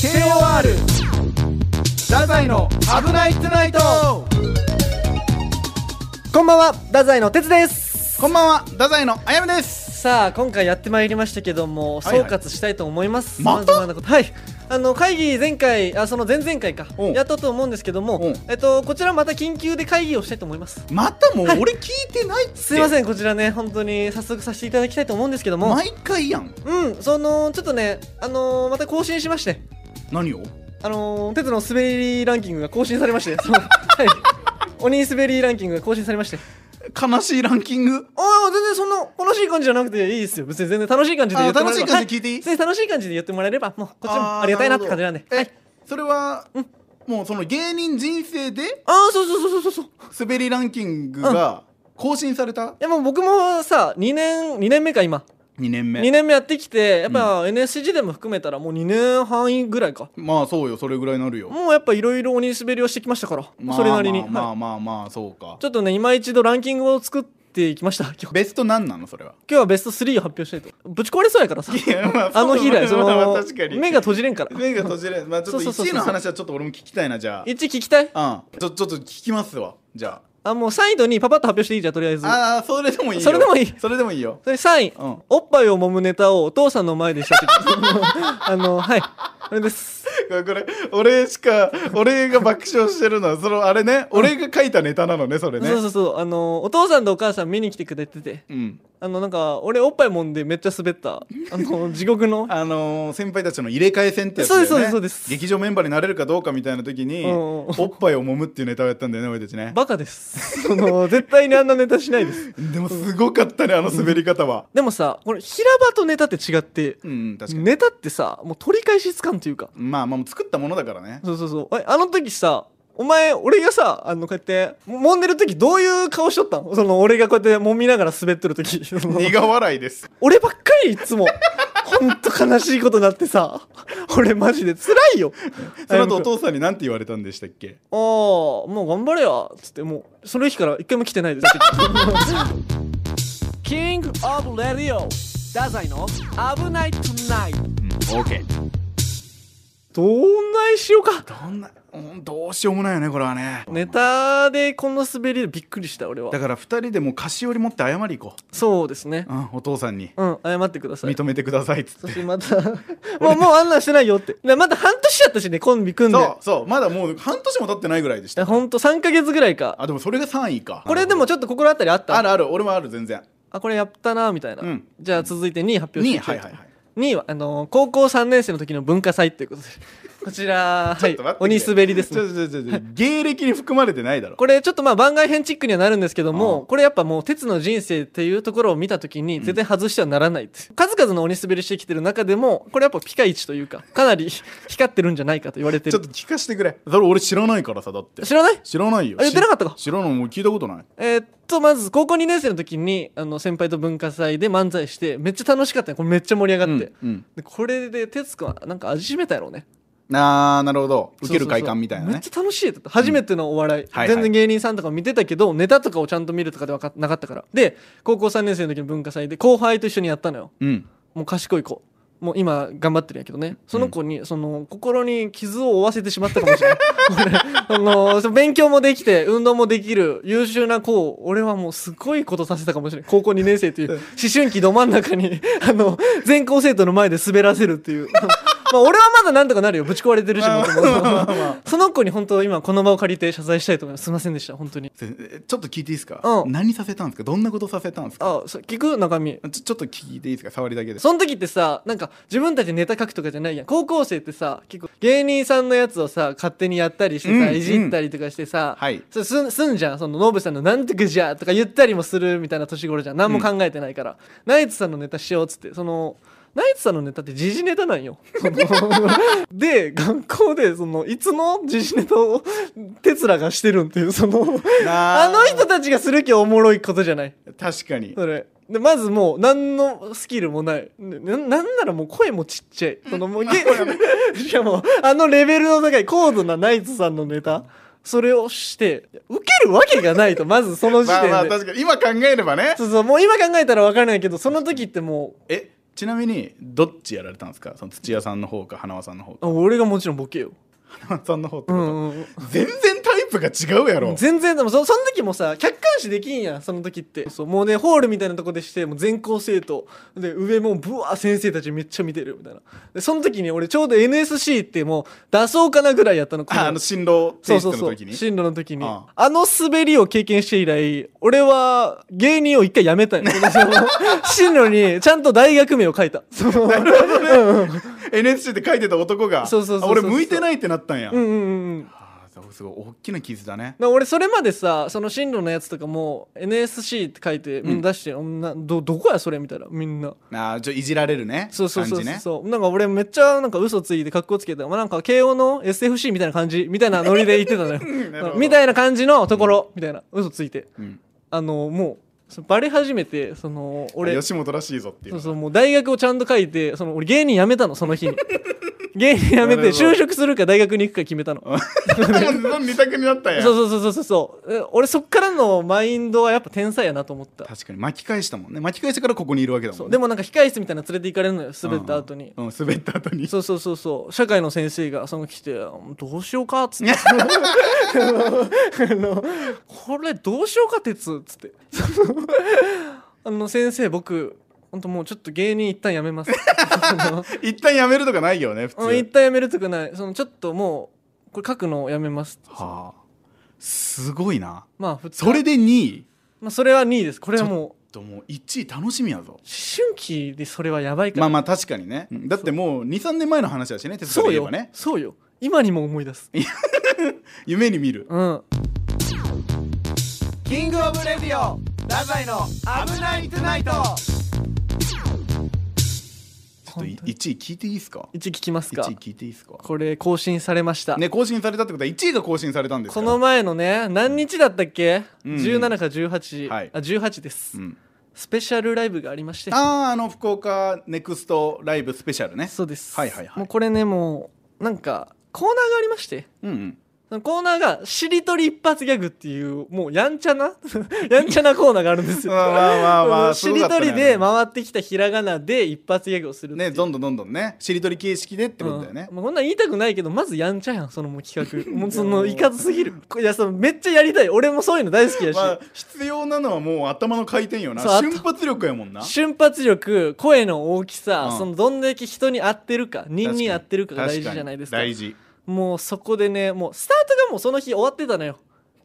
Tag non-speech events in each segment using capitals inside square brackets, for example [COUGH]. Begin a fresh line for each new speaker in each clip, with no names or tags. KOR 太宰の「危ないトゥナイト
こんばんは、太宰の哲です。」
こんばんは太宰のあやめです
さあ、今回やってまいりましたけども、
はい
総
はい
括したいと思います。
また
様々なことはい。あの会議前回、あ、その前々回か、
うん
やったと思うんですけど
う
も
ん、
えっと、こちらまた緊急で会議をしたいと思います。
またもう
はい
俺聞いてないって
すいません、こちらね、本当に早速させていただきたいと思うんですけども、
毎回やん
うん、その、ちょっとね、あのー、また更新しまして、
何を
あのー、鉄の滑りランキングが更新されまして、そのはい。 [LAUGHS] 鬼滑りランキングが更新されまして。
悲しいランキング
ああ、全然そんな悲しい感じじゃなくていいですよ。別に全然楽しい感じで言ってもらえ
あー楽
れば。
しい感じで聞いていい
は全然楽しい感じで言ってもらえれば、もうこっち
ー
もありがたいなって感じなんで。
るほど
は
え
い。
それはもうその芸人人生で
ああ、そうそうそうそうそう。い
滑りランキングが更新された
やもう僕もさ、2年、2年目か今。
2年
2
目
年目やってきて、やっぱ NSCG でも含めたらもう2年半ぐらいか。
まあそうよそれぐらいになるよ
もうやっぱいろいろ鬼滑りをしてきましたから、
まあ
それなりに。
まあま
は
あまあまあそうか
いちょっとね、今一度ランキングを作っていきました。今 [LAUGHS] 日今
ベスト何なのそれは
日はベスト3を発表したいと。ぶち壊れそうやから
[LAUGHS]
さ。
やま
[LAUGHS] あの日以来、そ
まあまあ
の
[LAUGHS] 確か、に
目が閉じれんから。
[LAUGHS] 目が閉じれんまあちょっと
そうそうそうそ
1
う
位の話はちょっと俺も聞きたいなじゃ
1聞きたい
あうんちょちょっと聞きますわじゃ
あ、もうサイドにパパッと発表していいじゃん、とりあえず。
ああーそれでもいいよ
それでもいい
それでもいいよ
それ3位、
うん
おっぱいを揉むネタをお父さんの前でしたって。 [LAUGHS] あの、はい。これです。
これこれ俺しか俺が爆笑してるのはそのあれね俺が書いたネタなのねそれね
そうそうそう。あの、お父さんとお母さん見に来てくれてて。
うん
あの、なんか、俺おっぱい揉んでめっちゃ滑った。あの、地獄の。
[LAUGHS] あのー先輩たちの入れ替え戦ってやつだよね
そうですそうですそうです
劇場メンバーになれるかどうかみたいな時に
うんうん
おっぱいを揉むっていうネタをやったんだよね俺たちね
バカです。その、絶対にあんなネタしないです。
でもすごかったねあの滑り方は
でもさ、これ、平場とネタって違って、
うん、うん、確かに、
ネタってさ、もう取り返しつかんというか。
まあまあもう作ったものだからね
そうそうそう。ああの時さ、お前、俺がさ、あの、こうやって、揉んでる時どういう顔しとったのその、俺がこうやって揉みながら滑ってる時。その
苦笑いです
[LAUGHS] 俺ばっかりいつも。ほんと悲しいことになってさ。俺マジで辛いよ。
[LAUGHS] その後お父さんに何て言われたんでしたっけ
ああ、もう頑張れや。つって、もう、その日から一回も来てない [LAUGHS] です。キングオブレディオ。ダザイの危ないトゥナイト。
うん、オーケー
どんないしようか。
どんな、うん、どうしようもないよねこれはね
ネタでこんな滑りでびっくりした俺は
だ。から2人でもう菓子折り持って謝り行こ
そうですね
う、。うん、お父さんに
うん、謝ってください。
認めてくださいっつ
そ
っ
しててまた、もう、 [LAUGHS] もうあんなんしてないよって。なまだ半年やったしね、コンビ組んで。
そうそうまだもう半年も経ってないぐらいでし
いや
た
ほんと3ヶ月ぐらいか。
あでもそれが3位か
これでもちょっと心当たりあった
あるある俺もある全然
あ、これやったな、みたいな。
うん
じゃあ続いて2位発表し
2位
ていきた
はい
い
はいはい
2位は、あのー高校3年生の時の文化祭というこ
[LAUGHS]
とで。こちら、は
ちょっ
い
と待って。
鬼滑りです
ちょ
ね。
ちょちょちょ芸歴に含まれてないだろ
これちょっとまあ番外編チックにはなるんですけど
う
も、
ん
これやっぱもう鉄の人生っていうところを見た時に絶対外してはならないっていう数々の鬼滑りしてきてる中でも、これやっぱピカイチというか、かなり光ってるんじゃないかと言われて
ちょっ
る。
と聞かせてくれそれ俺知らないからさだって
知らない
知らないよ
あ言ってなかったか
知らないもう聞いたことない
えーっと、まず高校2年生の時に、あの、先輩と文化祭で漫才して、めっちゃ楽しかったよ。これめっちゃ盛り上がって。
うん
でこれで、哲くんはなんか味しめたやろうね。
うんあーなるほど受ける快感みたいな
そう
ね
そうそうめっちゃ楽しいって言ってた初めてのお笑い、
はい
全然芸人さんとか見てたけど、ネタとかをちゃんと見るとかではかなかったから。で、高校3年生の時の文化祭で後輩と一緒にやったのよ。
うん
もう賢い子。もう今頑張ってるんやけどね。その子に、その、心に傷を負わせてしまったかもし [LAUGHS] れない。俺、あの、その勉強もできて、運動もできる、優秀な子を、俺はもうすごいことさせたかもしれない。高校2年生という、思春期ど真ん中に、 [LAUGHS] あの、全校生徒の前で滑らせるっていう。 [LAUGHS] まあ、俺はまだなんとかなるよ。ぶち壊れてるし、も [LAUGHS] ともとその子に本当、今この場を借りて謝罪したいと思います。すいませんでした、本当に。
せえちょっと聞いていいですか
うん
何させたんですかどんなことさせたんですか
あ、そう聞く中身。
ちょちょっと聞いていいですか触りだけで
その時ってさなんか自分たちでネタ書くとかじゃないやん高校生ってさ結構芸人さんのやつをさ勝手にやったりしてさ、
うん
いじったりとかしてさ、
はい
そすんすんじゃんそのノブさんの「なんとかじゃ」とか言ったりもするみたいな年頃じゃん何も考えてないから、ナイツさんのネタしようっつってその。ナイツさんのネタって時事ネタなんよ。そ
[LAUGHS]
ので、学校で、その、いつの時事ネタを、 [LAUGHS] 哲らがしてるんっていう、その、
な
あの人たちがするきゃおもろいことじゃない。
確かに
[LAUGHS] それでまずもう何のスキルもないななんならもう声もちっちゃいそのもうげ [LAUGHS] しかもあのレベルの高い高度なナイツさんのネタそれをして受けるわけがないとまずその時
ま
点
あ
で、
まあ確かに今考えればね
そうそうもう今考えたら分からないけどその時っても
えちなみにどっちやられたんですかその土屋さんの方か花輪さんの方か
あ俺がもちろんボケよ、
花輪さんの方って
う
こ
ん
と、
うん
全然タイプが違うや
う
ろ
ん、全然でもそその時もさ客観視できんやんその時ってそうもうねホールみたいなとこでしてもう全校生徒で上もうブワー先生たちめっちゃ見てるみたいなでその時に俺ちょうど NSC ってもう出そうかなぐらいやったのこ
ああの進路
そう
テス
そ
ト
う
の
そう
時に
進路の時に
あ
あの滑りを経験して以来俺は芸人を一回やめたんよその進路にちゃんと大学名を書いたそ
[LAUGHS]
のうんうん
NSC って書いてた男が
そうそうそうそう
あ俺向いてないってなったんや、
うんうんうん
ああすごい大きな傷だね
だから俺それまでさその進路のやつとかも NSC って書いてみんな出して、女どどこやそれみたいなみんな
ああちょいじられるね
そうそうそう
感じね
そう、なんか俺めっちゃなんか嘘ついて格好つけて、まあ、なんか慶応の SFC みたいな感じみたいなノリで言ってたの
ん [LAUGHS] なるほ
よ
ど
みたいな感じのところ、みたいな嘘ついて
うん、
あのもうそのバレ始めてその俺
あ吉本らしいぞっていう
そうそうもう大学をちゃんと書いてその俺芸人辞めたのその日に
[LAUGHS]
芸人辞め
な
て
るほど
就職するか大学に行くか決めたの
[LAUGHS] もう二択になったんや
そうそうそうそうそうえ俺そっからのマインドはやっぱ天才やなと思った
確かに巻き返したもんね巻き返してからここにいるわけだもん、ね、
そうでもなんか控え室みたいなの連れて行かれるのよ滑った後に、
うん、うん滑った後に
そうそうそうそう社会の先生がその来て「どうしようか」っ
[LAUGHS]
つってあの「これどうしようか鉄」っつって [LAUGHS] そのあの先生僕ほんともうちょっと芸人一旦や
[LAUGHS]
めます」その
一旦やめるとかないよね普通、
うん一旦やめるとかないそのちょっともうこれ書くのをやめます
はあすごいな
まあ普通
それで2位
まあ、それは2位ですこれはもう
ともう1位楽しみやぞ
思春期でそれはやばいから、
まあまあ確かにねうんだってもう23年前の話だしね哲
そ
学
う
で言え
よ
ばね
そうよ今にも思い出す
夢に見る
うん
キングオブレディオダザイの危ないトゥナイトちょっと
本当に
1位聞いていいですか
1聞きます
1
か
位聞いていいですか
これ更新されました、
ね更新されたってことは1位が更新されたんですか
こ
ら
の前のね何日だったっけ、
うん
17か18、
はい
あ18です、
うん
スペシャルライブがありまして
あああの福岡ネクストライブスペシャルね
そうです、
はいはいはい
もうこれねもうなんかコーナーがありまして
うんうん
そのコーナーが「しりとり一発ギャグ」っていうもうやんちゃな [LAUGHS] やんちゃなコーナーがあるんですよ
まあまあまあまあ
しりとりで
ま
回ってきたひらがなで一発ギャグをするってい
ね
う
どんどんどんどんねしりとり形式でってことだよね
うんまあ、こんなん言いたくないけどまずやんちゃやんそのもう企
[LAUGHS]
画もうそのいかずすぎるいやそのめっちゃやりたい俺もそういうの大好きやし、
まあ必要なのはもう頭の回転よな
そうあと
瞬発力やもんな
瞬発力声の大きさ、
うん
そのどんだけ人に合ってるか人に合ってるかが大
確
事
かに
じゃないですか
大事
もうそこでねもうスタートがもうその日終わってたのよ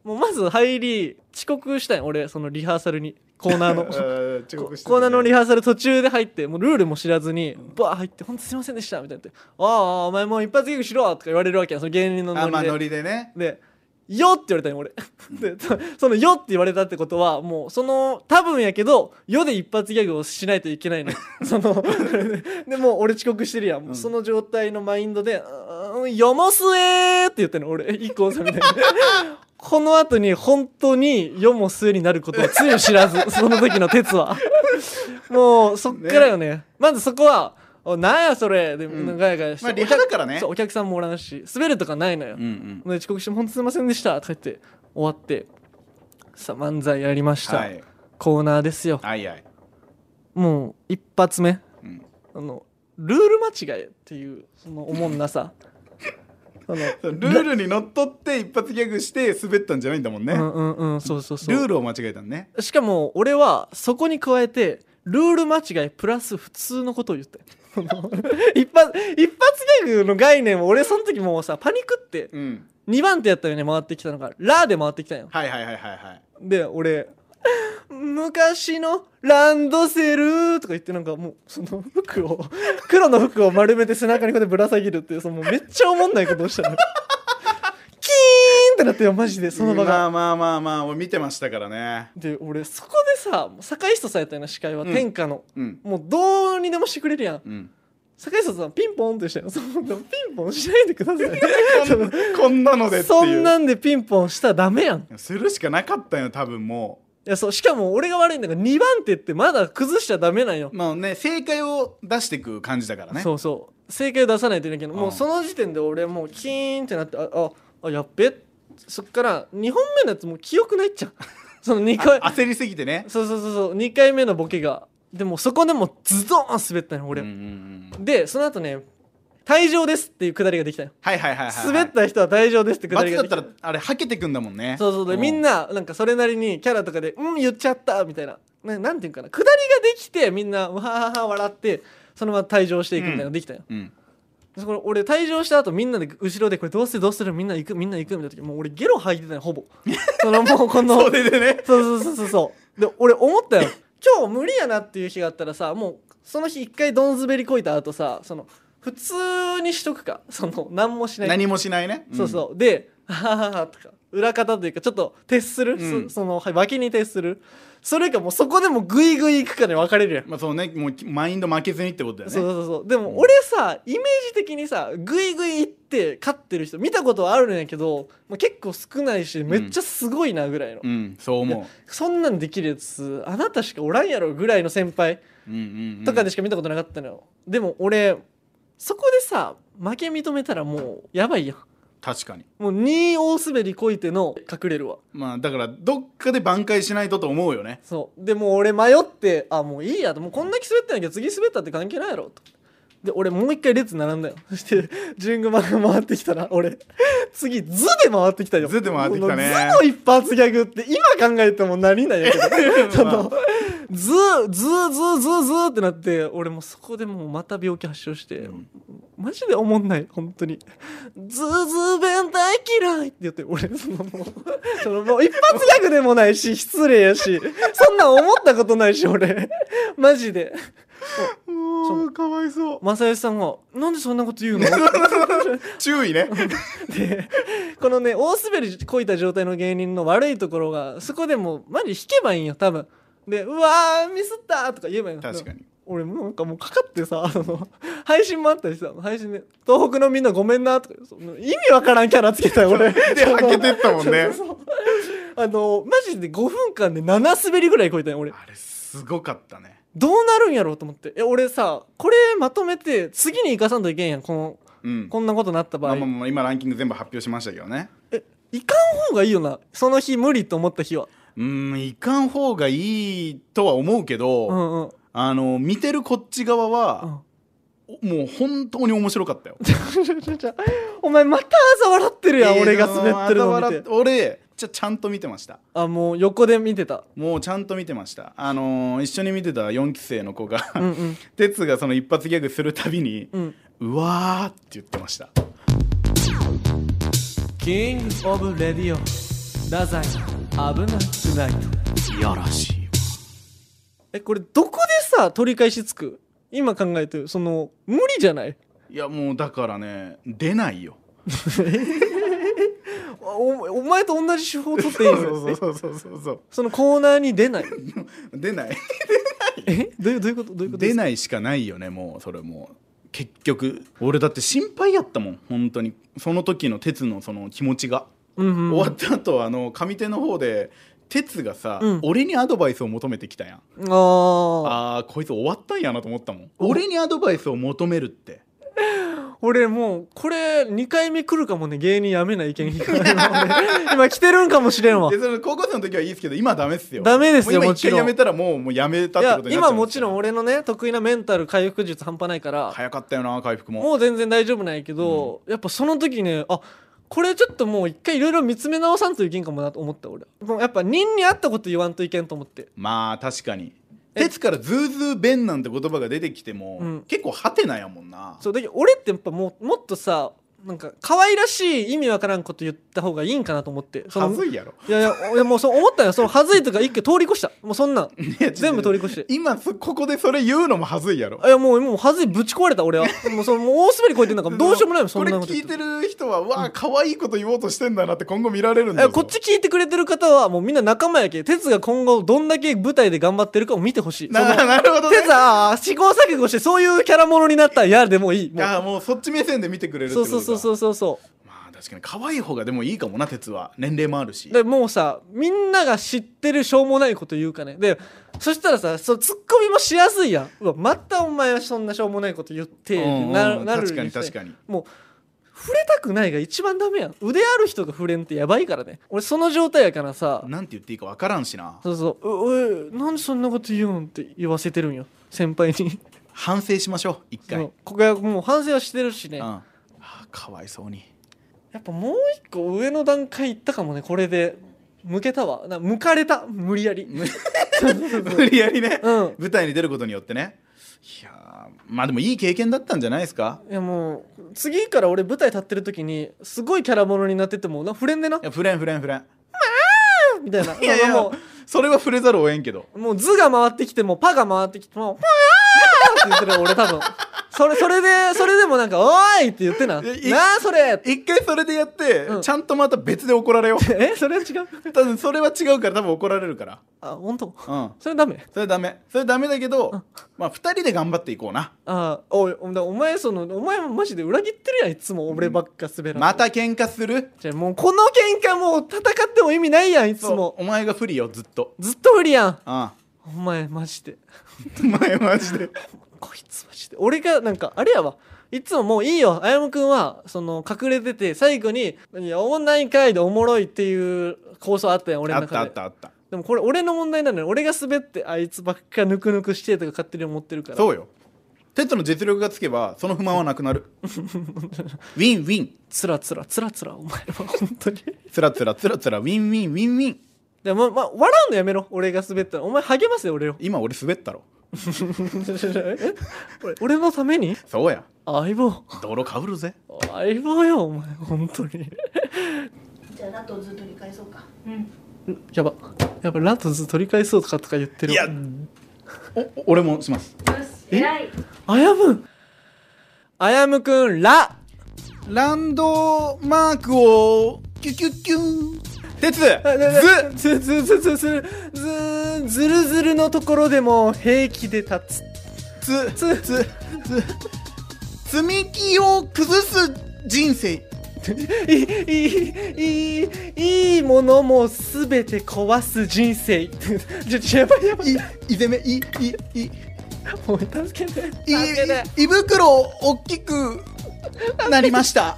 もうまず入り遅刻したんよ俺そのリハーサルにコーナーの
ー [LAUGHS] 遅
こ
刻してたね
コーナーのリハーサル途中で入ってもうルールも知らずにバー入って「本当すいませんでした」みたいになって「ああお前もう一発ギャグしろ」とか言われるわけやその芸人のノ
あまあ
リで
ノ。リでね
で「よ」って言われたよ俺でそその「よ」って言われたってことはもうその多分やけど「よ」で一発ギャグをしないといけ
[LAUGHS]
ないのそのでもう俺遅刻してるやん、もうその状態のマインドで「うーんよもすえ」って言ったの俺一個さみた
[LAUGHS]
いなこの後に本当に世も末になることをつゆ知
[LAUGHS]
らずその時の鉄はもうそっからよねまずそこは「おなんやそれ」で、
ん
ガヤガヤして、
まあリハだからね
そうお客さんもおらんし滑るとかないのよ、
うんうん
で遅刻して「本当すいませんでした」とか言って終わってさあ漫才やりました、
はい
コーナーですよ
はいはい
もう一発目
うん
あのルール間違えっていうそのおもん
[LAUGHS]
なさその
そうルールにのっとって一発ギャグして滑ったんじゃないんだもんね
うんうんうんそうそうそう
ルールを間違えたんね
しかも俺はそこに加えてルール間違いプラス普通のことを言って [LAUGHS] その一発一発ギャグの概念を俺その時もうさパニックって
うん
2番手やったよね回ってきたのが「ラ」で回ってきたんよ
はいはいはいはいはい
で俺昔のランドセルとか言ってなんかもうその
[LAUGHS]
服を黒の服を丸めて背中にこうやってぶら下げるっていうそのもうめっちゃおもんないことをしたのキーンってなってよマジでその場
ま
が
あまあまあまあ俺見てましたからね
で俺そこでさ堺人さんやったよな司会は、
うん
天下の
うん
もうどうにでもしてくれるやん
うん
堺人さんピンポンってしたよそのピンポンしないでくださ [LAUGHS]
こんこんなのでっ
い
ていう
そんなんでピンポンしたらダメやん
するしかなかったよ多分も
いやそうしかも俺が悪いんだから2番手ってまだ崩しちゃダメなんよ
うまあね正解を出していく感じだからね
そうそう正解を出さないといけないけど、もううんその時点で俺もうキーンってなってあああやっべそっから2本目のやつもう記憶ないっちゃう [LAUGHS] その2回
あ焦りすぎてね
そうそうそうそう2回目のボケがでもそこでもうズドーン滑ったの俺、
うんうんうん
でその後ね退場ですっていうくだりができたよ
はいはいはいはい
滑った人は退場ですってくだり
罰
が
だ
で
っ
きた
たらあれはけてくんだもんね
そうそうでみん
な
ななんかそれなりにキャラとかで「うん言っちゃった」みたいなななんていうんかなくだりができてみんなわはは笑ってそのまま退場していくみたいなのできたよ、
うん
でこれ俺退場した後みんなで後ろでこれどうするどうするみんな行くみんな行くみたいな時もう俺ゲロ吐いてたよ
[LAUGHS]
ほぼそのもうこの
それでね
そうそうそうそうそうで俺思ったよ今日無理やなっていう日があったらさもうその日一回どんずべりこいた後さその普通にしとくかその何もしない
[LAUGHS] 何もしないね
そうそうで「ははは」とか裏方というかちょっと徹す
う
る、
ん
そそのはい脇に徹するそれかもうそこでもうグイグイ行くかで分かれるやん、
うんまあそうねもうマインド負けずにってことだよ
そう
ね
そうそうでも俺さイメージ的にさグイグイ行って勝ってる人見たことはあるんやけど、まあ、結構少ないしめっちゃすごいなぐらいの、
うんそう思
そんなんできるやつあなたしかおらんやろぐらいの先輩
ううんうんうん
とかでしか見たことなかったのよ、でも俺そこでさ負け認めたらもうやばいやん
確かに
もう2大滑りこいての隠れるわ
まあだからどっかで挽回しないとと思うよね
そうでもう俺迷ってあもういいやともうこんだけ滑ったんやけど次滑ったって関係ないやろとで俺もう一回列並んだよ [LAUGHS] そして順番が回ってきたら俺次図で回ってきたよ
図で回ってきたね
この図の一発ギャグって今考えても何なんやけど [LAUGHS] その図図図図図ってなって俺もうそこでもうまた病気発症して、
うん
マジで思んない本当にズーズー弁大嫌いって言って俺そのもうそのもう一発ギャグでもないし失礼やしそんなん思ったことないし俺マジで
も [LAUGHS] うかわいそう
正義さんが「なんでそんなこと言うの?」
注
[LAUGHS]
意ね
でこのね大滑りこいた状態の芸人の悪いところがそこでもうマジ引けばいいんよ多分で「うわーミスった!」とか言えばいいの
確かに
俺もうなんかもうかかってさあの配信もあったりさ配信で「東北のみんなごめんな」とかその意味わからんキャラつけたよ俺
ではけてったもんね
そうそうそうあのマジで5分間で7滑りぐらい超えたよ俺
あれすごかったね
どうなるんやろうと思ってえ俺さこれまとめて次に生かさんといけんやんこの
うん
こんなことなった場
ま
合
あまあまあ今ランキング全部発表しましたけどね
えいかん方がいいよなその日無理と思った日は
うーんいかん方がいいとは思うけど、
うんうん
あの見てるこっち側
う
は、
ん
もう本当に面白かったよ
お前またあざ笑ってるやん、俺が滑ってるの
あざ
見
笑って俺ちゃちゃんと見てました
あもう横で見てた
もうちゃんと見てましたあのー一緒に見てた4期生の子が
うん
[LAUGHS]
うん
哲、がその一発ギャグするたびに
う、ん
うわーって言ってました
キングオブレディオ太宰危なくない
いやらしい
えこれどこでさ取り返しつく今考えてるその無理じゃない
いやもうだからね出ないよ
おお前と同じ手法取っていい [LAUGHS]
そ
の
う
え
そうそうそうそう
そのコーナーに出ない
[LAUGHS] 出ない
[LAUGHS] えどういうどういうことどういうこと
出
ですか
ないしかないよねもうそれもう結局俺だって心配やったもん本当にその時の鉄のその気持ちが、
うんうん
終わった後あの上手の方で鉄がさ、
うん
俺にアドバイスを求めてきたやん
あ
あーこいつ終わったんやなと思ったもん俺にアドバイスを求めるって
あ俺もうこれ2回目来るかもね芸人やめない意見 [LAUGHS] 今来てるんかもしれんわ
でそれ高校生の時はいいですけど今はダメっすよ
ダメですよ
う今
もちろん
一回やめたらもうもうやめたっ
い
て
や
ことになっちゃ
今
う
もちろん
んです
俺のね得意なメンタル回復術半端ないから
よ早かったよな回復も
もう全然大丈夫なんやけど、やっぱその時ねあこれちょっともう一回いろいろ見つめ直さんといけんかもなと思った俺もうやっぱ人に会ったこと言わんといけんと思って
まあ確かに
え
鉄からズーズー弁なんて言葉が出てきても、
うん
結構ハテナやもんな
そうだけど俺ってやっぱもうもっとさなんか可愛らしい意味わからんこと言った方がいいんかなと思ってその
はずいやろ
いやいや俺もうそう思ったよそのはずいとか一回通り越したもうそんなん
[LAUGHS] いや
全部通り越して
今そここでそれ言うのもはずいやろ
いやもうもうはずいぶち壊れた俺はもうそのもう大滑り超え
[LAUGHS]
てんだからどうしようもないもんそんな
こ
こ
れ
と
聞
言
い
って
る人はわあ可愛いこと言おうとしてんだなって今後見られるんだ
え
ぞ
こっち聞いてくれてる方はもうみんな仲間やけ哲が今後どんだけ舞台で頑張ってるかを見てほしいその
ななるほどね
哲はあー試行錯誤してそういうキャラものになったら嫌でもいいもう
ああもうそっち目線で見てくれるって
そ
こ
う
と
そうそう
う
そうそうそ
まあ確かに可愛い方がでもいいかもな鉄は年齢もあるし
うでもうさみんなが知ってるしょうもないこと言うかねでそしたらさそうツッコミもしやすいやんうわまたお前はそんなしょうもないこと言って
うんうん
ななる
確かに確
に
かに
もう触れたくないが一番ダメやん腕ある人が触れんってやばいからね俺その状態やからさ
なんて言っていいか分からんしな
そうそうううなんでそんなこと言うんって言わせてるんよ先輩に
反省しましょう一回、う
そ
ん
うここはもう反省はしてるしねや
あーかわいそうに
っぱもう一個上の段階いったかもねこれで向けたわな向かれた無理やり
無無理やりね、
うん
舞台に出ることによってねいやーまあでもいい経験だったんじゃないですか
いやもう次から俺舞台立ってる時にすごいキャラものになっててもな触れんでない
やフレンフレンフレン
みたいな
いやいや
も
もうそれは触れざるを得んけど
うもう図が回ってきてもパが回ってきても「パー!」って言ってる俺多分それそれでそれでもなんか「おーい!」って言ってな「ないあそれ!」って
一回それでやって、
うん
ちゃんとまた別で怒られよ
[LAUGHS] えそれは違う
う多分それは違うから多分怒られるから
あ本当
うん
それダメ
それダメそれダメだけど、まあ二人で頑張っていこうな
あおいお前お前そのお前もマジで裏切ってるやんいつも俺ばっか滑らん
また喧嘩する
じゃあもうこの喧嘩もう戦っても意味ないやんいつ
そう
も
お前が不利よずっと
ずっと不利やん
あ
お前マジで
あお前マジで
こいつマジで俺がなんかあれやわいつももういいよあやむくんはその隠れてて最後に「いやおもんないんかい」でおもろいっていう構想あったやん俺
あ
の
った
中
あ
で
ったあった
でもこれ俺の問題なのよ俺が滑ってあいつばっかぬくぬくしてとか勝手に思ってるから
そうよテッドの実力がつけばその不満はなくな
[LAUGHS]
るウィンウィン
つらつらつらつらお前は本当に
つらつらつらつらウィンウィンウィンウィン
でも、まあ、笑うのやめろ俺が滑ったらお前励ますよ俺を
今俺滑ったろ
え俺俺のために
そうや
相棒
泥かぶるぜ
相棒よお前本当に
じゃあラトをずっと理解そうか
やばやっぱランとず取り返そうとかとか言ってる
いやおお俺もします
偉い
あやむあやむくんら
ランドマークをキュキュキュン鉄ず
ずずずずずずずずるずるのところでも平気で立
つ
つ
つつ積み木を崩す人生
ついいいいいいものもすべて壊す人生ちょやばいやばい
いいぜめいいいい
お前助けて助
い
けて
胃袋大きくなりました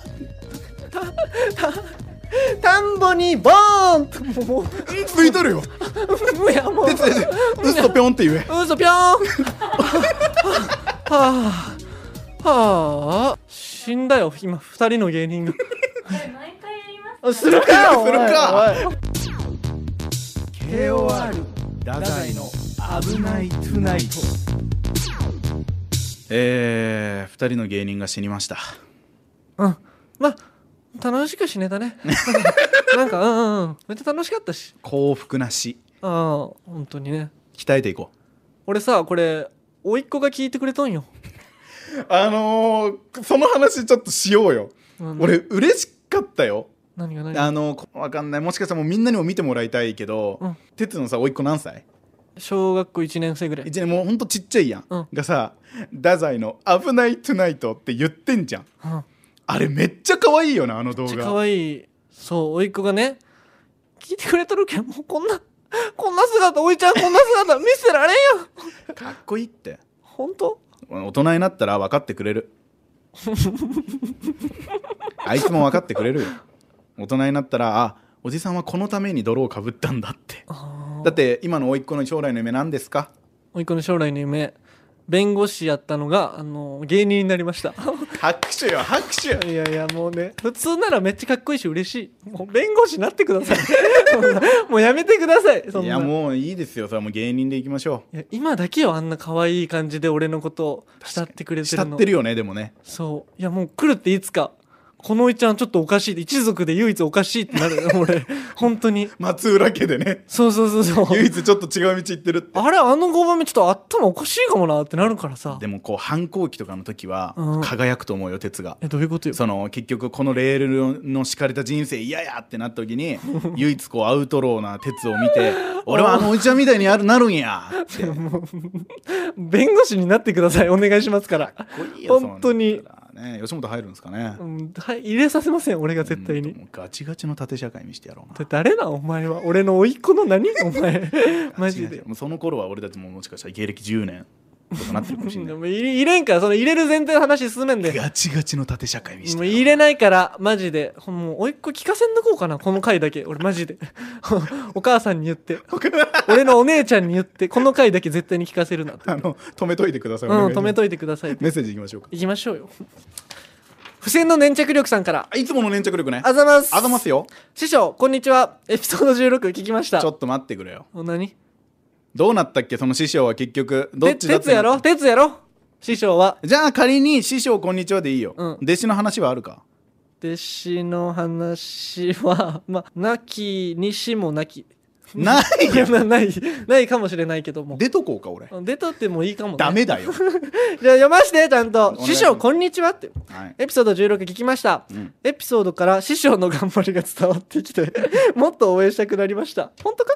田んぼにボーンともうも
ついとるよ
うもうやもう
鉄うっとぴょんって言え
うそぴょんはあはあ死んだよ今二人の芸人が
これ毎回やります
あするかお前
するか
おい
KOR 太宰の危ないトゥナイトえー、2人の芸人が死にました
うんまあ楽しく死ねたねなんかうんうんうんめっちゃ楽しかったし
幸福な死
ああ本当にね
鍛えていこ
俺さこれ甥っ子が聞いてくれとんよ、
うあのー、その話ちょっとしようよ
うん
俺嬉しかったよ
何が何
あのー、わかんないもしかしたらもうみんなにも見てもらいたいけど、
うん
鉄のさ甥っ子何歳
小学校1年生ぐらい
一年もうほんとちっちゃいやん、
うん
がさ太宰の「危ないトゥナイト」って言ってんじゃん
うん
あれめっちゃ可愛いよなあの動
めっちゃ
画
可愛いそう甥っ子がね聞いてくれとるけんもうこんなこんな姿おいちゃんこんな姿見せられんよ
かっこいいって
本当
大人になったら分かってくれ
[LAUGHS]
るあいつも分かってくれるよ大人になったらあおじさんはこのために泥をかぶったんだってだって今の甥っ子の将来の夢何ですか
甥っ子の将来の夢弁護士やったのがあの芸人になりました
拍手よ拍手
いやいやもうね普通ならめっちゃかっこいいし嬉しいもう弁護士になってくださいそんなもうやめてくださいそん
い
な
やもういいですよそれはもう芸人でいきましょ
いや今だけよあんな可愛い感じで俺のことを慕ってくれ
う
て
慕
るの
ってるよねでもね
そういやもう来るっていつかこのいちゃんちょっとおかしいって一族で唯一おかしいってなる [LAUGHS] 俺本当に
松浦家で [LAUGHS] ね
そうそうそうそう
唯一ちょっと違う道行ってるって
あれあの5番目ちょっと頭おかしいかもなってなるからさ
でもこう反抗期とかの時は
うん
輝くと思うよ鉄が
えどういうことよ
その結局このレールの敷かれた人生嫌やってなった時 [LAUGHS] に唯一こうアウトローな鉄を見 [LAUGHS] て俺はあのおじちゃんみたいにやるなるん [LAUGHS] やって
弁護士になってくださいお願いしますから本当に、
そんなんだね、吉本入るんですかね
うん、はい入れさせません俺が絶対に、
うんもうガチガチの縦社会見してやろうな
で誰なお前は
[LAUGHS]
俺の甥っ子の何お前 [LAUGHS] マジ
ガチガ
で
チもうその頃は俺たちももしかしたら芸歴10年とかなってるかもしれな
で
い
も入れ入れんからその入れる前提の話進めんで
ガチガチの縦社会にして
もう入れないからマジでほんもうおいっ子聞かせんとこうかなこの回だけ俺マジで [LAUGHS] お母さんに
[LAUGHS]
言って俺のお姉ちゃんに言ってこの回だけ絶対に聞かせ
[LAUGHS]
るなって
あの止めといてください、
う
お
ん
願いし
止
ます
めといてください
メッセージいきましょうか
行きましょうよ付箋の粘着力さんから
あいつもの粘着力ね
あざます
あざますよ
師匠こんにちはエピソード16聞きました
ちょっと待ってくれよ
お何
どうなったっけその師匠は結局どっちだ
て
っ
つ
て
や
な
ろ鉄やろ師匠は
じゃあ仮に師匠こんにちはでいいよ、
うん
弟子の話はあるか
弟子の話はまあなきにしもなき
ない
いやなないないかもしれないけども
出とこうか
[LAUGHS]
俺
出とってもいいかも、ね、
ダメだ
[LAUGHS]
よ、
じゃあ読ましてちゃんと
願いします
師匠こんにちはって
はい、
エピソード16聞きました、
うん
エピソードから師匠の頑張りが伝わってきて [LAUGHS] もっと応援したくなりました本当か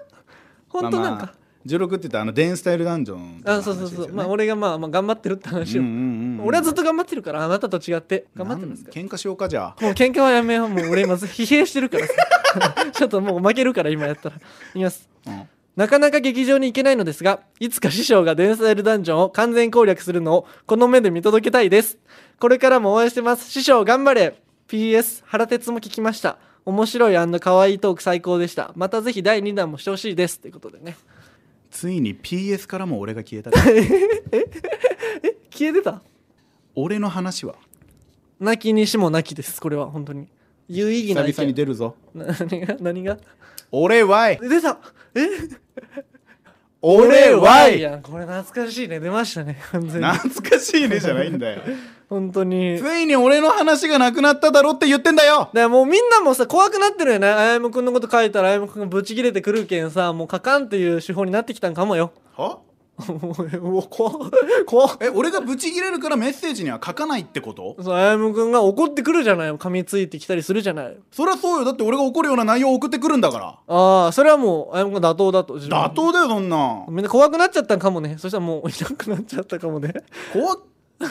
本当なん
まあま
か
あ、16って言ったらあのデンスタイルダンジョン
あそうそうそう、まあ俺がまあまあ頑張ってるって話を、俺
俺
はずっと頑張ってるからあなたと違って頑張ってますから
喧嘩しようかじゃあ
もう喧嘩はやめよう。もう俺今疲弊してるからさ。 [LAUGHS] ちょっともう負けるから今やったら。いきます。
うん
なかなか劇場に行けないのですが、いつか師匠がデンスタイルダンジョンを完全攻略するのをこの目で見届けたいです。これからも応援してます。師匠頑張れ !PS、原哲も聞きました。面白い可愛いトーク最高でした。またぜひ第2弾もしてほしいです。ということでね。
ついに PS からも俺が消えた
[LAUGHS] 消えてた
俺の話は
泣きにしも泣きです。これは本当に。有意
久
義な
々
意
に
見。
出るぞ
何が何が
俺はい
出たえ
俺はい
やんこれ懐かしいね出ましたね完全に
懐かしいねじゃないんだよ
本当にだか
ついに俺の話がなくなっただろって言ってんだよ
らもうみんなもさ怖くなってるよねあやむくんのこと書いたらあやむくんがブチ切れてくるけんさもうかかんっていう手法になってきたんかもよ [LAUGHS]
は
もうえうわ怖っ怖っ
え俺がブチギレるからメッセージには書かないってこと
そうあやむくんが怒ってくるじゃない噛みついてきたりするじゃない
そりゃそうよだって俺が怒るような内容を送ってくるんだか
ああそれはもうあやむくん妥当だと自分
ら妥当だよそんなん
みんな怖くなっちゃったんかもねそしたらもうい [LAUGHS] なくなっちゃったかもね
怖っ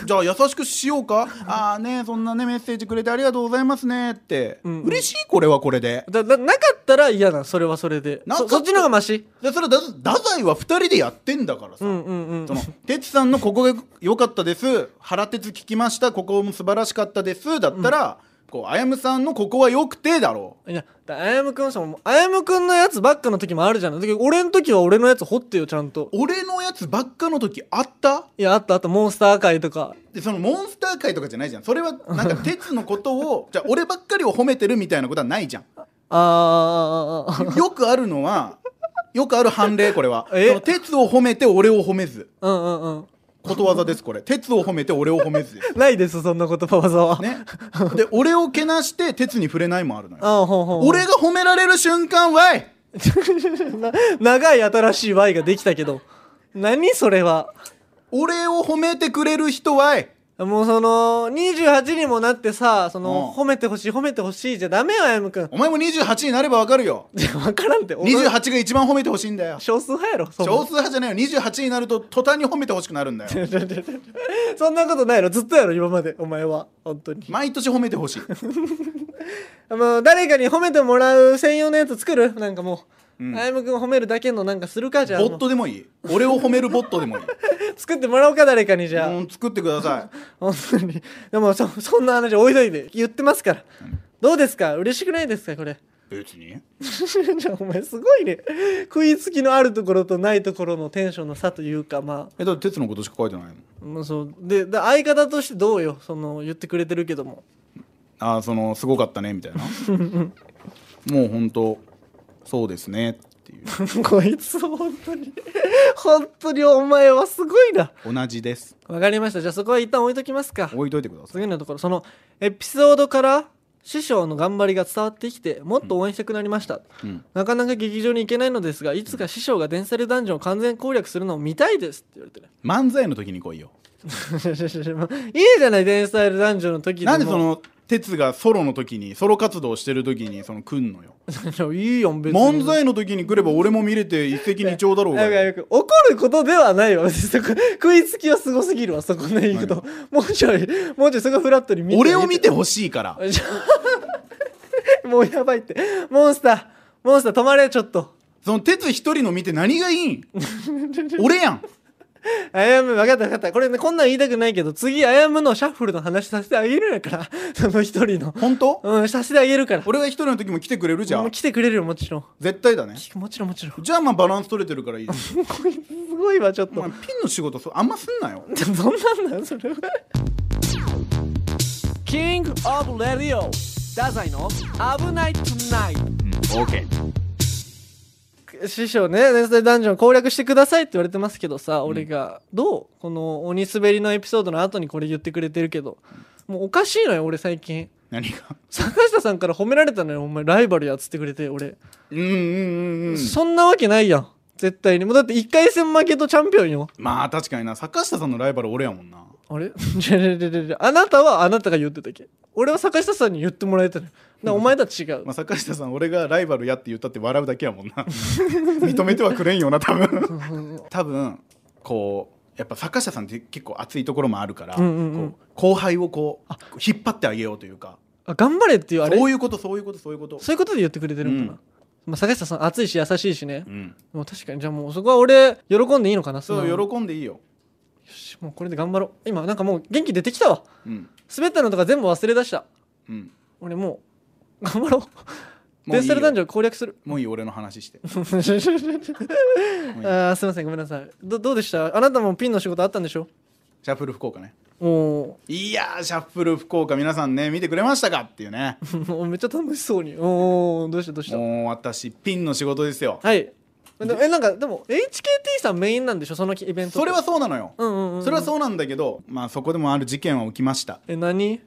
じゃあ優しくしようかああねそんなねメッセージくれてありがとうございますねって、
うんうん
嬉しいこれはこれで
だだなかったら嫌なそれはそれで
なかっ
そ
た
そっちの方がマシ
でそれだ太宰は2人でやってんだからさ、
うんうんうん
その哲さんのここが良かったです原哲聞きましたここも素晴らしかったですだったら、こうあやむさんのここは良くてだろ
[LAUGHS] いや、だあやむくんさ、もうあやむくんのやつばっかの時もあるじゃん。だけど俺の時は俺のやつ掘ってよ、ちゃんと。
俺のやつばっかの時あった
いや、あったあった、モンスター界とか。
でそのモンスター界とかじゃないじゃんそれはなん
[LAUGHS]
か哲のことをじゃあ俺ばっかりを褒めてるみたいなことはないじゃん [LAUGHS]
あーあー、あー
よくあるのはよくある判例これは
[LAUGHS] え
その鉄を褒めて俺を褒めず
あーうんうんうん。
ことわざですこれ鉄を褒めて俺を褒めずです
ないです、そんな言葉わざは。
ねで俺をけなして鉄に触れないもあるのよ
ああ、ほうほうほう。
俺が褒められる瞬間はい
な長い新しい Y ができたけど。何それは。
俺を褒めてくれる人はい
もうその、28にもなってさ、その、
うん
褒めてほしい、褒めてほしいじゃダメよ、あやむくん。
お前も28になればわかるよ
じゃあ、わからんって。お前
28が一番褒めてほしいんだよ
少数派やろ、そんな
少数派じゃないよ28になると途端に褒めてほしくなるんだよ
[LAUGHS] そんなことないのずっとやろ、今まで。お前は。本当に。
毎年褒めてほしい
もう誰かに褒めてもらう専用のやつ作るなんかもう、
うん
あやむくん褒めるだけのなんかするかじゃあ
ボットでもいい俺を褒めるボットでもいい
も [LAUGHS] う作ってもらおうか誰かにじゃあ、
うん作ってください
本当にでもそそんな話おいといで言ってますから、どうですか嬉しくないですかこれ [LAUGHS]
別に
じゃあお前すごいね食いつきのあるところとないところのテンションの差というかま
えだって鉄のことしか書いてないもん
あもうそうでで相方としてどうよその言ってくれてるけども [LAUGHS]
あーそのすごかったねみたいなもう本当そうですねっていう
こいつ本当に本当にお前はすごいな
同じです
わかりましたじゃあそこは一旦置いときますか
置いといてください
次のところそのエピソードから師匠の頑張りが伝わってきてもっと応援したくなりました、
うん
なかなか劇場に行けないのですがいつか師匠がデンサルダンジョンを完全攻略するのを見たいですって言われて [LAUGHS] る
漫才の時に来いよ
いいじゃないデンサルダンジョンの時でも
なんでその鉄がソロの時にソロ活動してる時にその来んのよ
[LAUGHS] いいよ別に
漫才の時に来れば俺も見れて一石二鳥だろうが
なんかよく怒ることではないわ別にそこ食いつきはすごすぎるわそこね行くともうちょいもうちょいそこフラットに見て
俺を見てほしいから
ちょもうやばいってモンスターモンスター止まれちょっと
その鉄一人の見て何がいいん俺やん
あやむ、分かった分かった。これね、こんなん言いたくないけど、次、あやむのシャッフルの話させてあげるんやから。その一人の。
本当
うん、させてあげるから。
俺が一人の時も来てくれるじゃ
もうん来てくれるよ、もちろん。
絶対だね
きもちろんもちろん。
じゃあまあバランス取れてるからいいです
すごい、すごいわ、ちょっ
お
と
前。ピンの仕事そうあんますんなよ
でもどんなんだよ、それは。キングオブレディオ。ダザイの危ないトゥナイト。
オーケー
師匠ね「連載ダンジョン攻略してください」って言われてますけどさ、俺がどうこの「鬼滑り」のエピソードの後にこれ言ってくれてるけどもうおかしいのよ俺最近
何が
坂下さんから褒められたのよお前ライバルやっつってくれて俺、
うんうんうんうん
そんなわけないやん絶対にもうだって1回戦負けとチャンピオンよ
まあ確かにな坂下さんのライバル俺やもんな
あれ [LAUGHS] じゃじゃじゃじゃじゃあなたはあなたが言ってたっけ俺は坂下さんに言ってもらえたのよだからお前とは違う
まあ、坂下さん俺がライバルやって言ったって笑うだけやも
[LAUGHS]
んな認めてはくれんよな多分多分こうやっぱ坂下さんって結構熱いところもあるから、
うんうんうん
こう後輩をこう引っ張ってあげようというか
あ頑張れっていうあれ
そういうことそういうことそういうこと
そういうことで言ってくれてるん
う
だな、
ん
まあ、坂下さん熱いし優しいしね
うん
もう確かにじゃあもうそこは俺喜んでいいのかな
そ
の
う喜んでいいよ、
よしもうこれで頑張ろう今なんかもう元気出てきたわ
うん
滑ったのとか全部忘れ出した
うん、
俺もう頑張ろ
もう
う
いいよ
デジタルダンジョン攻略する
もういい俺の話
[LAUGHS]
して
あーすいませんごめんなさいどどうでしたあなたもピンの仕事あったんでしょ
シャッフル福岡ね
お
いやーシャッフル福岡皆さんね見てくれましたかっていうね
ー [LAUGHS] もうめっちゃ楽しそうにおーどうしたどうした
もう私ピンの仕事ですよ
はいでもえなんかでも HKT さんメインなんでしょそのイベント
それはそうなのよ、
うんうんうん、うん、
それはそうなんだけど、まあ、そこでもある事件は起きました
え何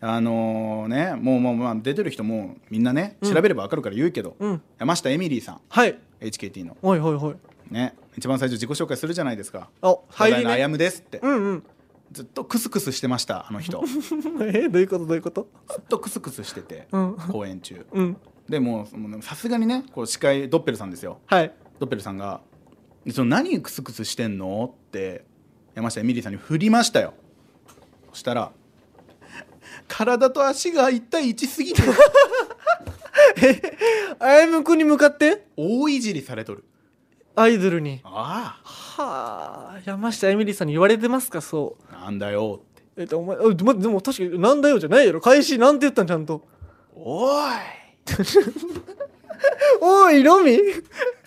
あのねもうもうまあ出てる人もみんなね調べれば分かるから言うけど、
うん
山下エミリーさん
はい
HKT の
はいはいはい
ね一番最初自己紹介するじゃないですか
あ
「
入
入
り
りのあや
ね
むです」って、
うんうん [LAUGHS]
ずっとクスクスしてましたあの人ず
えどういうことどういうこと
っとクスクスしてて
うん
公演中
うん
でもうもうさすがにねこう司会ドッペルさんですよ
はい
ドッペルさんが「その何クスクスしてんの?」って山下エミリーさんに振りましたよそしたら「体と足が1対1すぎて
あやむくんに向かって
大いじりされとる
アイドルに」
ああ
はあ山下エミリーさんに言われてますかそ
なんだよって
うえっとお前あ待ってでも確かに「なんだよ」じゃないやろ開始なんて言ったんちゃんと
「おい
「おいのみ」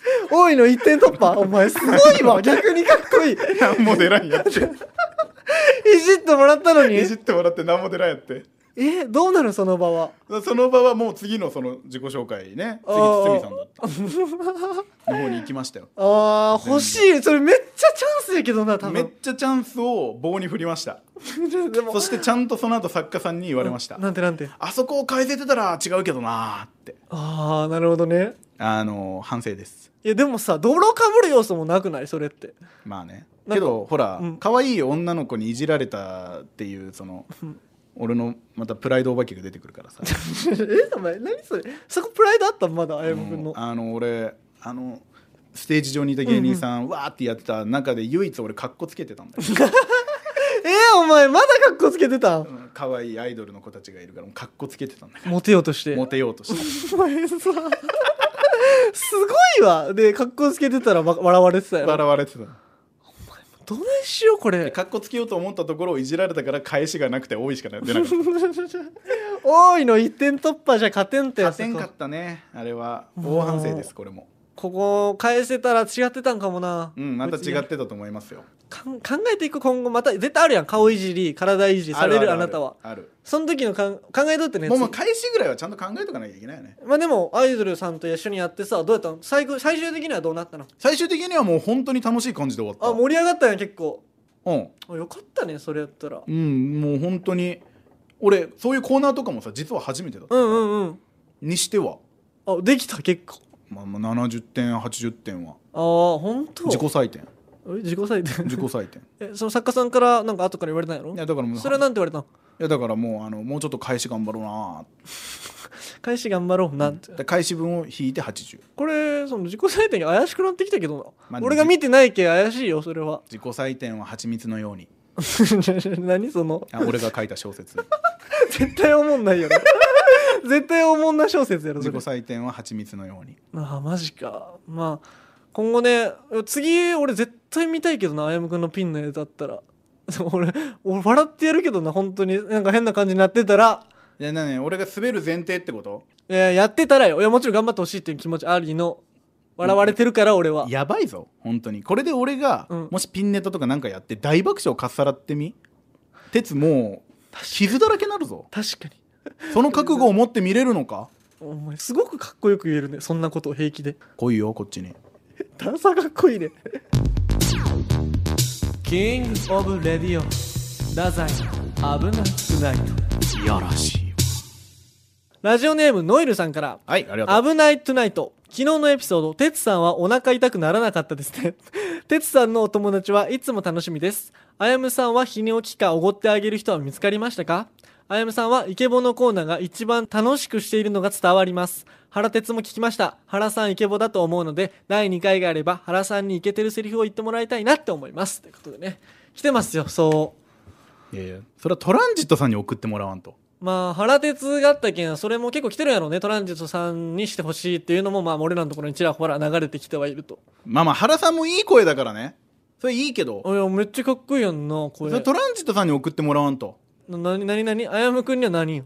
「おいの一点突破」お前すごいわ逆にかっこいいい
[LAUGHS] 何も出らんやって」
[LAUGHS] じってもらったのに
いじってもらって何も出らんやって
えどうなるその場は
その場はもう次のその自己紹介ね次
あー
堤さんだったの方に行きましたよ
あー欲しいそれめっちゃチャンスやけどな多
めっ
分
ちゃチャンスを棒に振りました
でも
そしてちゃんとその後作家さんに言われました
なんてなんて
あそこを変えてたら違うけどなーって
ああなるほどね
あの反省です
いやでもさ泥かぶる要素もなくないそれって
まあね
なん
け
か
どほら
うん
可愛、い女の子にいじられたっていうその俺のまたプライドお化けが出てくる
[LAUGHS]
からさ
えお前何それそこプライドあったまだあやむくんの
あの俺あのステージ上にいた芸人さん、わーってやってた中で唯一俺かっこつけてたんだよ
えー、お前まだカッコつけてたん
うん可愛いアイドルの子たちがいるからもうかっこつけてたんだか
[LAUGHS] モテようとして
らモテようと
[LAUGHS]
して
お前さすごいわでカッコつけてたらわ笑われてたよ
笑われてた
どないしようこ
[LAUGHS] で
れ
かっこつけようと思ったところをいじられたから返しがなく
[LAUGHS]
て多いしか出なかった
多いの一点突破じゃ勝てんってや
勝
つ
てんかったねあれは大反省ですこれも
ここ返せたら違ってたんかもな
うんまた
別に
違ってたと思いますよ
かん考えていく今後また絶対あるやん顔いじり体いじりされるあ
る
なたは
ある
その時のかん考えとってね
もうもう
次
返しぐらいはちゃんと考えとかなきゃいけないよね
まあでもアイドルさんと一緒にやってさどうやったの最後最終的にはどうなったの
最終的にはもう本当に楽しい感じで終わった
あ盛り上がったんや結構
うん
あよかったねそれやったら
うんもう本当に俺そういうコーナーとかもさ実は初めてだった、
うんうんうん
にしては、
あできた結構
まあ、まあ70点80点は
ああ本当
自己採点
え自己採点
自己採点
[LAUGHS] えその作家さんからなんか後から言われたんやろ
いやだからもう
それはなんて言われたの
いやだからもうあのもうちょっと返し頑張ろうな
返し頑張ろうなんて、
ーって返し分を引いて80
これその自己採点が怪しくなってきたけどな、
まあ
俺が見てないけ怪しいよそれは
自己採点は蜂蜜のように
[LAUGHS] 何その
[LAUGHS] あ俺が書いた小説
絶対思んないよ
[LAUGHS]
な絶対思んな小説やろ
自
そ
己
れ
採点は蜂蜜のように
ああマジかまあ今後ね次俺絶対見たいけどなあやむくんのピンの絵だったら俺俺笑ってやるけどな本当になんか変な感じになってたら
いやなに俺が滑る前提ってこと
いややってたらよいやもちろん頑張ってほしいっていう気持ちありの笑われてるから俺は、
やばいぞ本当にこれで俺が、
うん
もしピンネタとかなんかやって大爆笑かっさらってみ鉄もう傷だらけになるぞ
確かに
その覚悟を持って見れるのか
お前すごくかっこよく言えるねそんなことを平気で
来いよこっちに
ダサかっこいいねキングオブレディオ太宰危なくない
いやらしいわ
ラジオネームノイルさんから
はいありがとう
危ないトゥナイト昨日のエピソード、てつさんはお腹痛くならなかったですね。 [LAUGHS] てつさんのお友達はいつも楽しみです。あやむさんは泌尿器科おごってあげる人は見つかりましたかあやむさんはイケボのコーナーが一番楽しくしているのが伝わります。原哲も聞きました。原さんイケボだと思うので、第2回があれば原さんにイケてるセリフを言ってもらいたいなって思います。ということでね。来てますよ、そ
いやいやそれはトランジットさんに送ってもらわんと
う。まあ、原哲があったけん、それも結構来てるやろうね。トランジットさんにしてほしいっていうのも、まあ、俺らのところにちらほら流れてきてはいると。
まあまあ原さんもいい声だからねそれいいけど
あいやめっちゃかっこいいやんな
そ
声
れトランジットさんに送ってもらわんと
ななになになにあやむくんには何よ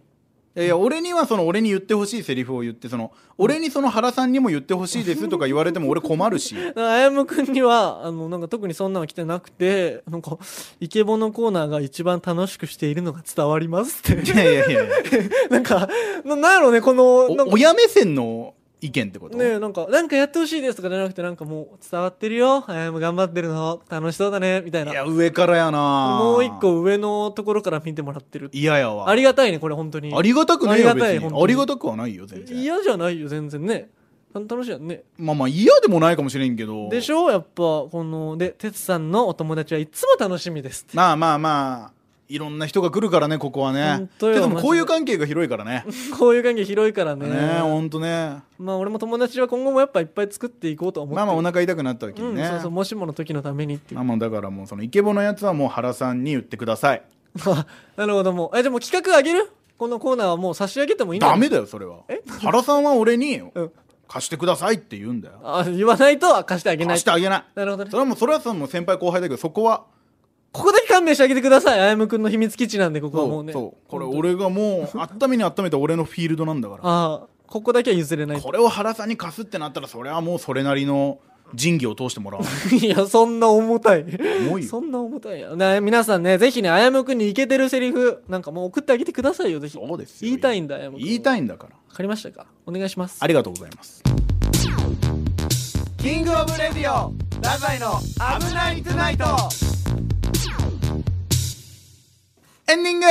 いやいや俺にはその俺に言ってほしいセリフを言ってその俺にその原さんにも言ってほしいですとか言われても俺困る
[LAUGHS]
し
あやむくんにはあのなんか特にそんなの来てなくてなんかイケボのコーナーが一番楽しくしているのが伝わりますっ
い
て [LAUGHS]
やいやいや
なんかななんやろうねこのなん
お
か
親目線の意見ってこと、
ねえなんかなんかやってほしいですとかじゃなくてなんかもう伝わってるよあやむ頑張ってるの楽しそうだねみたい
い
な
や上からやな
もう一個上のところから見てもらってる
嫌やわ
ありがたいねこれ本当に
ありがたくないよ
ありがた
別
い
に
本当に
ありがたくはないよ全然
嫌じゃないよ全然ねた楽しいやんね
まあまあ嫌でもないかもしれんけど
でしょやっぱこので哲さんのお友達はいつも楽しみですって
まあまあまあいろんな人が来るからねここはね
本当よ
でもこういう
マジで
関係が広いからね [LAUGHS]
こういう関係広いからね
ねえほんとね
まあ俺も友達は今後もやっぱいっぱい作っていこうとは思って
まあまあお腹痛くなった時
う
に
ん
ね、
そうそうもしもの時のためにっていう
まあまあだからもうそのイケボのやつはもう原さんに言ってください
[LAUGHS] なるほどもうえじゃあもう企画あげるこのコーナーはもう差し上げてもいいんだ
ダメだよそれは原さんは俺に
うん
貸してくださいって言うんだよ
あ言わないと貸してあげない
貸してあげない
なるほどね
それはもうそれはその先輩後輩だけどそこは
ここだけ勘弁してあげてくださいあやむくんの秘密基地なんでここはも
そうう
ね
そうこれ
本当に
俺がもう温めに温めた俺のフィールドなんだ [LAUGHS] から
ああここだけは譲れない
これを原さんに貸すってなったらそれはもうそれなりの仁義を通してもらわない
いやそんな重たい
重いよ
そんな重たいやね皆さんねぜひねあやむくんにイケてるセリフなんかもう送ってあげてくださいよぜひ
そうですよ
言いたいんだあやむくん
言いた
い
いんだから
わかりましたかお願いします
ありがとうございます
キングオブレディオラザイの危ないトゥナイト
エンディング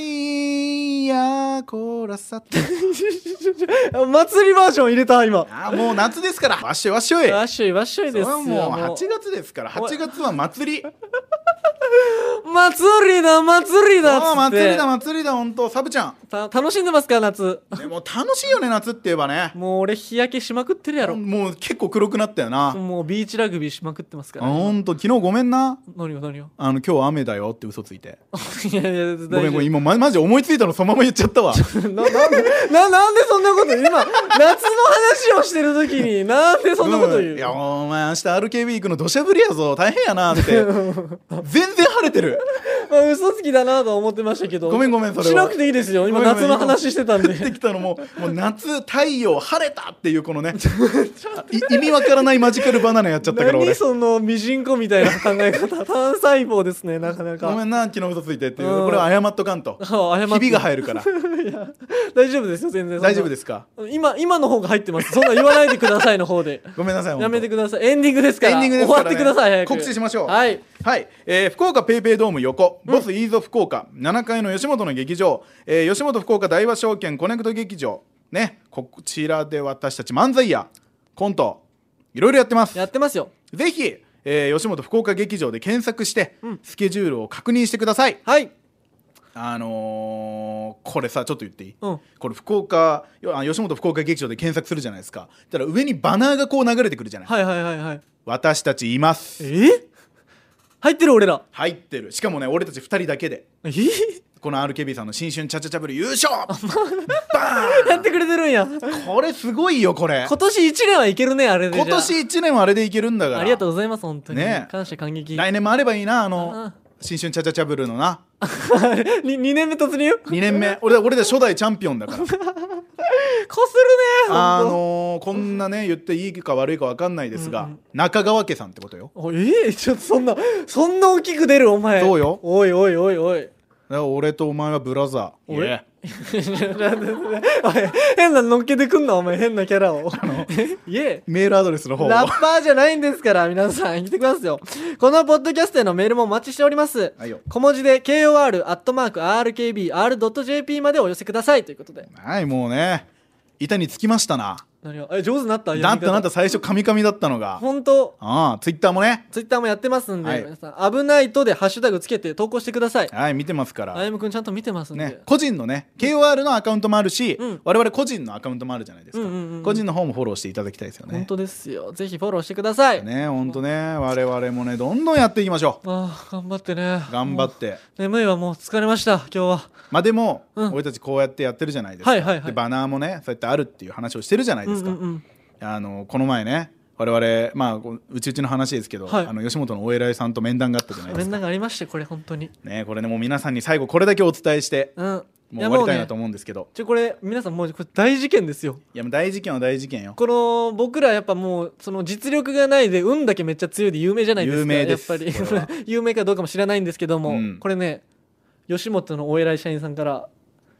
いやーこらさて
祭りバージョン入れた今
あーもう夏ですからわっしょいわっしょい
わっしょいわっしょい
そ
で
れ
すよ
はもう8月ですから
おい
8月は祭り
もう祭りだ祭りだっつ
あ
っ
あ
て
祭りだ祭りだ本当サブちゃん
た楽しんでますか夏
でも楽しいよね夏って言えばね
もう俺日焼けしまくってるやろ
もう結構黒くなったよな
もうビーチラグビーしまくってますから
本当昨日ごめんな
何を何を [LAUGHS]
あの今日雨だよって嘘ついて
いやいやご
ごめんごめん今まマジ思いついたのそのまま言っちゃ
[LAUGHS]
ったわ
ななんでななんでそんなこと言う今夏の話をしてる時になんでそんなこと言う、
いやお前明日 RKB 行くの土砂降りやぞ大変やなって全然晴れてる
[LAUGHS] まあ、嘘つきだなとは思ってましたけど
ごめんごめんそれは
しなくていいですよ今
ごめんご
夏
めん
の話してたんで
降ってきたのももう夏太陽晴れたっていうこのねい意味わからないマジカルバナナやっちゃったから
何
俺
そのミジンコみたいな考え方単細胞ですねなかなか
ごめんな昨日嘘ついてっていう
うん
これは謝っとかんと
あ [LAUGHS] 謝って
ひびが入る
[LAUGHS]
から
いや大丈夫ですよ全然
大丈夫ですすか
今今の方が入ってますそんな言わないでくださいの
[LAUGHS]
方で
ごめんなさい本当
やめてくださいエンディングですから
エンディングですからね
終わってください早く
告知しましょう
はい
はい、えー福岡ペイペイドーム横、ボスイーゾ福岡7階の吉本の劇場、えー吉本福岡大和証券コネクト劇場ねこちらで私たち漫才やコントいろいろやってます
やってますよ
ぜひ、えー吉本福岡劇場で検索して、スケジュールを確認してください
はい
あのーこれさちょっと言っていい、
うん
これ福岡よあ吉本福岡劇場で検索するじゃないですかそしたら上にバナーがこう流れてくるじゃない、
はいはいはいはい
私たちいます
え入ってる俺ら
入ってるしかもね俺たち2人だけで
え
この RKB さんの新春チャチャチャブル優
[LAUGHS]
勝バ
やってくれてるんや今
ーンこれすごいよこれ
年1年はいけるねあれでじゃ
今
あ
年1年はあれでいけるんだから
ありがとうございます本当に、
ねえ
感謝感激
来年もあればいいなあ
あ
の
あ
新春チャチャチャブルのな
[LAUGHS] に2年目突入か
2年目俺ら俺で初代チャンピオンだ
[LAUGHS]
から
するね
あ
ほんと
のーこんなね言っていいか悪いか分かんないですが、
うんうん
中川家さんってことよ
おえ [LAUGHS] えちょっとそんなそんな大きく出るお前
そうよ
おいおいおいおい [LAUGHS]
だから俺とお前はブラザー
俺
いえ
おい変なの乗っけてくんなお前変なキャラを [LAUGHS] いえ
メールアドレスの方を
ラッパーじゃないんですから皆さん来てくださいよこのポッドキャストへのメールもお待ちしております
はいよ
小文字で kor.rkbr.jp までお寄せくださいということで
はいもうね板につきましたな
何がえ上手になった
なったなった
た
最初カミカミだったのが
本当
ああツイッターもね
ツイッターもやってますんで、
はい
皆さん、危ないとでハッシュタグつけて投稿してください。
はい見てますから
あやむくんちゃんと見てますんで。
ね、個人のね KOR のアカウントもあるし、
うん
我々個人のアカウントもあるじゃないですか、
うんうんうん
個人の方もフォローしていただきたいですよね
本当ですよ。ぜひフォローしてください。
ね本当ね我々もねどんどんやっていきましょ
ああ、頑張ってね。
う頑張
も
って
う眠いわ、もう疲れました、今日は。
まあでも、
うん
俺たちこうやってやってるじゃないですか、
はいはいはい
でバナーもねそうやってあるっていう話をしてるじゃないですか、
うんうん
あのこの前ね我々まあこううちうちの話ですけど、
はい
あの吉本のお偉いさんと面談があったじゃな
う
い
ん。
で
面
すか、
談がありまして、これ、本当に。
ね、これねもう皆さんに最後これだけお伝えして
うん。もう
もう終わりたいなと
ね、
思うんですけど
ちょ、これ、皆さん、もうこれ大事件ですよ。
いやもう大事件は大事件よ
この僕らやっぱもうその実力がないで運だけめっちゃ強いで有名じゃないですか
有名です
やっ
これは
ぱり [LAUGHS] 有名かどうかも知らないんですけども、
うん
これね吉本のお偉い社員さんから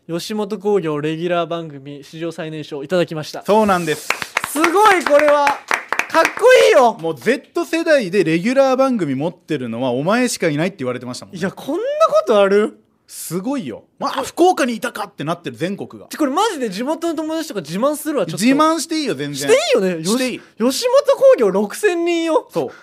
吉本興業レギュラー番組史上最年少いただきました
そうなんです
すごいこれはかっこいいよ
もう Z 世代でレギュラー番組持ってるのはお前しかいないって言われてましたもん
いやこんなことある
すごいよまあ福岡にいたかってなってる全国が
ちょこれマジで地元の友達とか自慢するわちょっと
自慢していいよ全然
していいよねよし
していい
吉本興業6000人よ
そうだか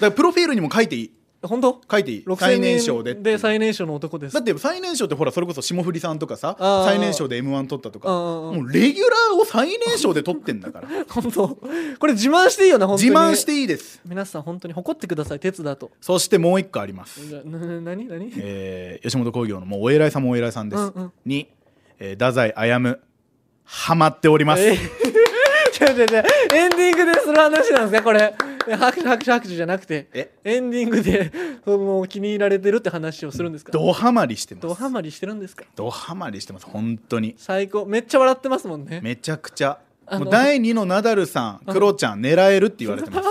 らプロフィールにも書いていい
本当
書いていい
6000人
最年少でって
で最年少の男です
だって最年少ってほらそれこそ霜降りさんとかさ
あー
最年少で m 1取ったとか
あー
もうレギュラーを最年少で取ってんだから
本当これ自慢していいよな本当
自
に
慢していいです
皆さん本当に誇ってください鉄だと
そしてもう一個あります
なな何何
えー吉本興業のもうお偉いさんもお偉いさんです、
うんうん
に、えー、太宰歩ハマっております、
えーちょちょちょエンディングでする話なんですかこれえ拍手拍手拍手じゃなくて
え
エンディングでその気に入られてるって話をするんですか
ドハマりしてます
ドハマりしてるんですか
ドハマりしてます本当に
最高めっちゃ笑ってますもんね
めちゃくちゃ
あ
も
の
う第2のナダルさんクロちゃん狙えるって言われてます、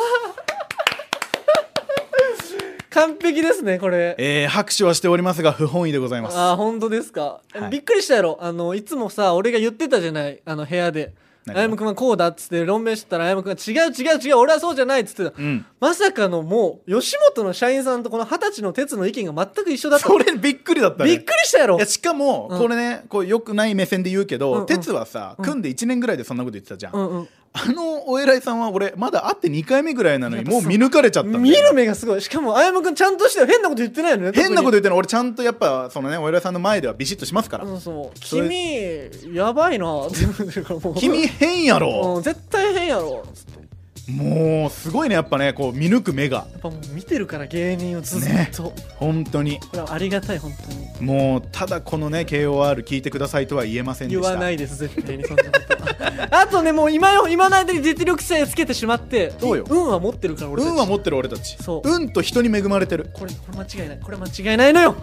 完璧ですねこれ
えー拍手はしておりますが不本意でございます
あー本当ですか、え
はい
びっくりしたやろあのいつもさ俺が言ってたじゃないあの部屋で「
何
あやむくんはこうだ」っつって論明してたらあやむくんが「違う違う違う俺はそうじゃない」っつってた、
うん
まさかのもう吉本の社員さんとこの二十歳の哲の意見が全く一緒だった
それびっくりだったね
びっくりしたやろ
いやしかも
うん
これね、こうよくない目線で言うけど、
うんうん
鉄はさ組んで1年ぐらいでそんなこと言ってたじゃん、
うんうん
あのお偉いさんは俺まだ会って2回目ぐらいなのに
やっぱ
もう
そう
見抜かれちゃったんだよね
見る目がすごいしかもあやむくんちゃんとして変なこと言ってないよね
変なこと
特
言ってるの俺ちゃんとやっぱそのねお偉いさんの前ではビシッとしますから、
にそうそう
それ
君やばいなって言うんだから [LAUGHS] もう
君変やろ、
うん絶対変やろつって
もうすごいねやっぱねこう見抜く目が
やっぱもう見てるから芸人をずっ
ね
と、
本当に
これはありがたい本当に
もうただこのね KOR 聞いてくださいとは言えませんでし
言
た
わないです絶対にそんなこと
[LAUGHS]
はあとねもう今よ今の間に実力さえつけてしまって
そうよ
運は持ってるから俺たち
運は持ってる俺たち
そう
運と人に恵まれてる
これこれ間違いないこれ間違いないのよ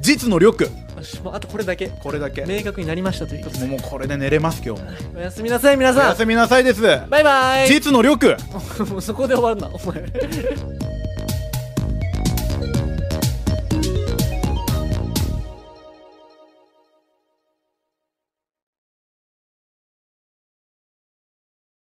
実の力
よしもうあとこれだけ
これだけも
明確になりましたということ
う
で
もうこれで寝れます今日も
おやすみなさい皆
お
さ
や
ん [LAUGHS]
すみなさいです
バイバイ
実の力
もうそこで終わるなお前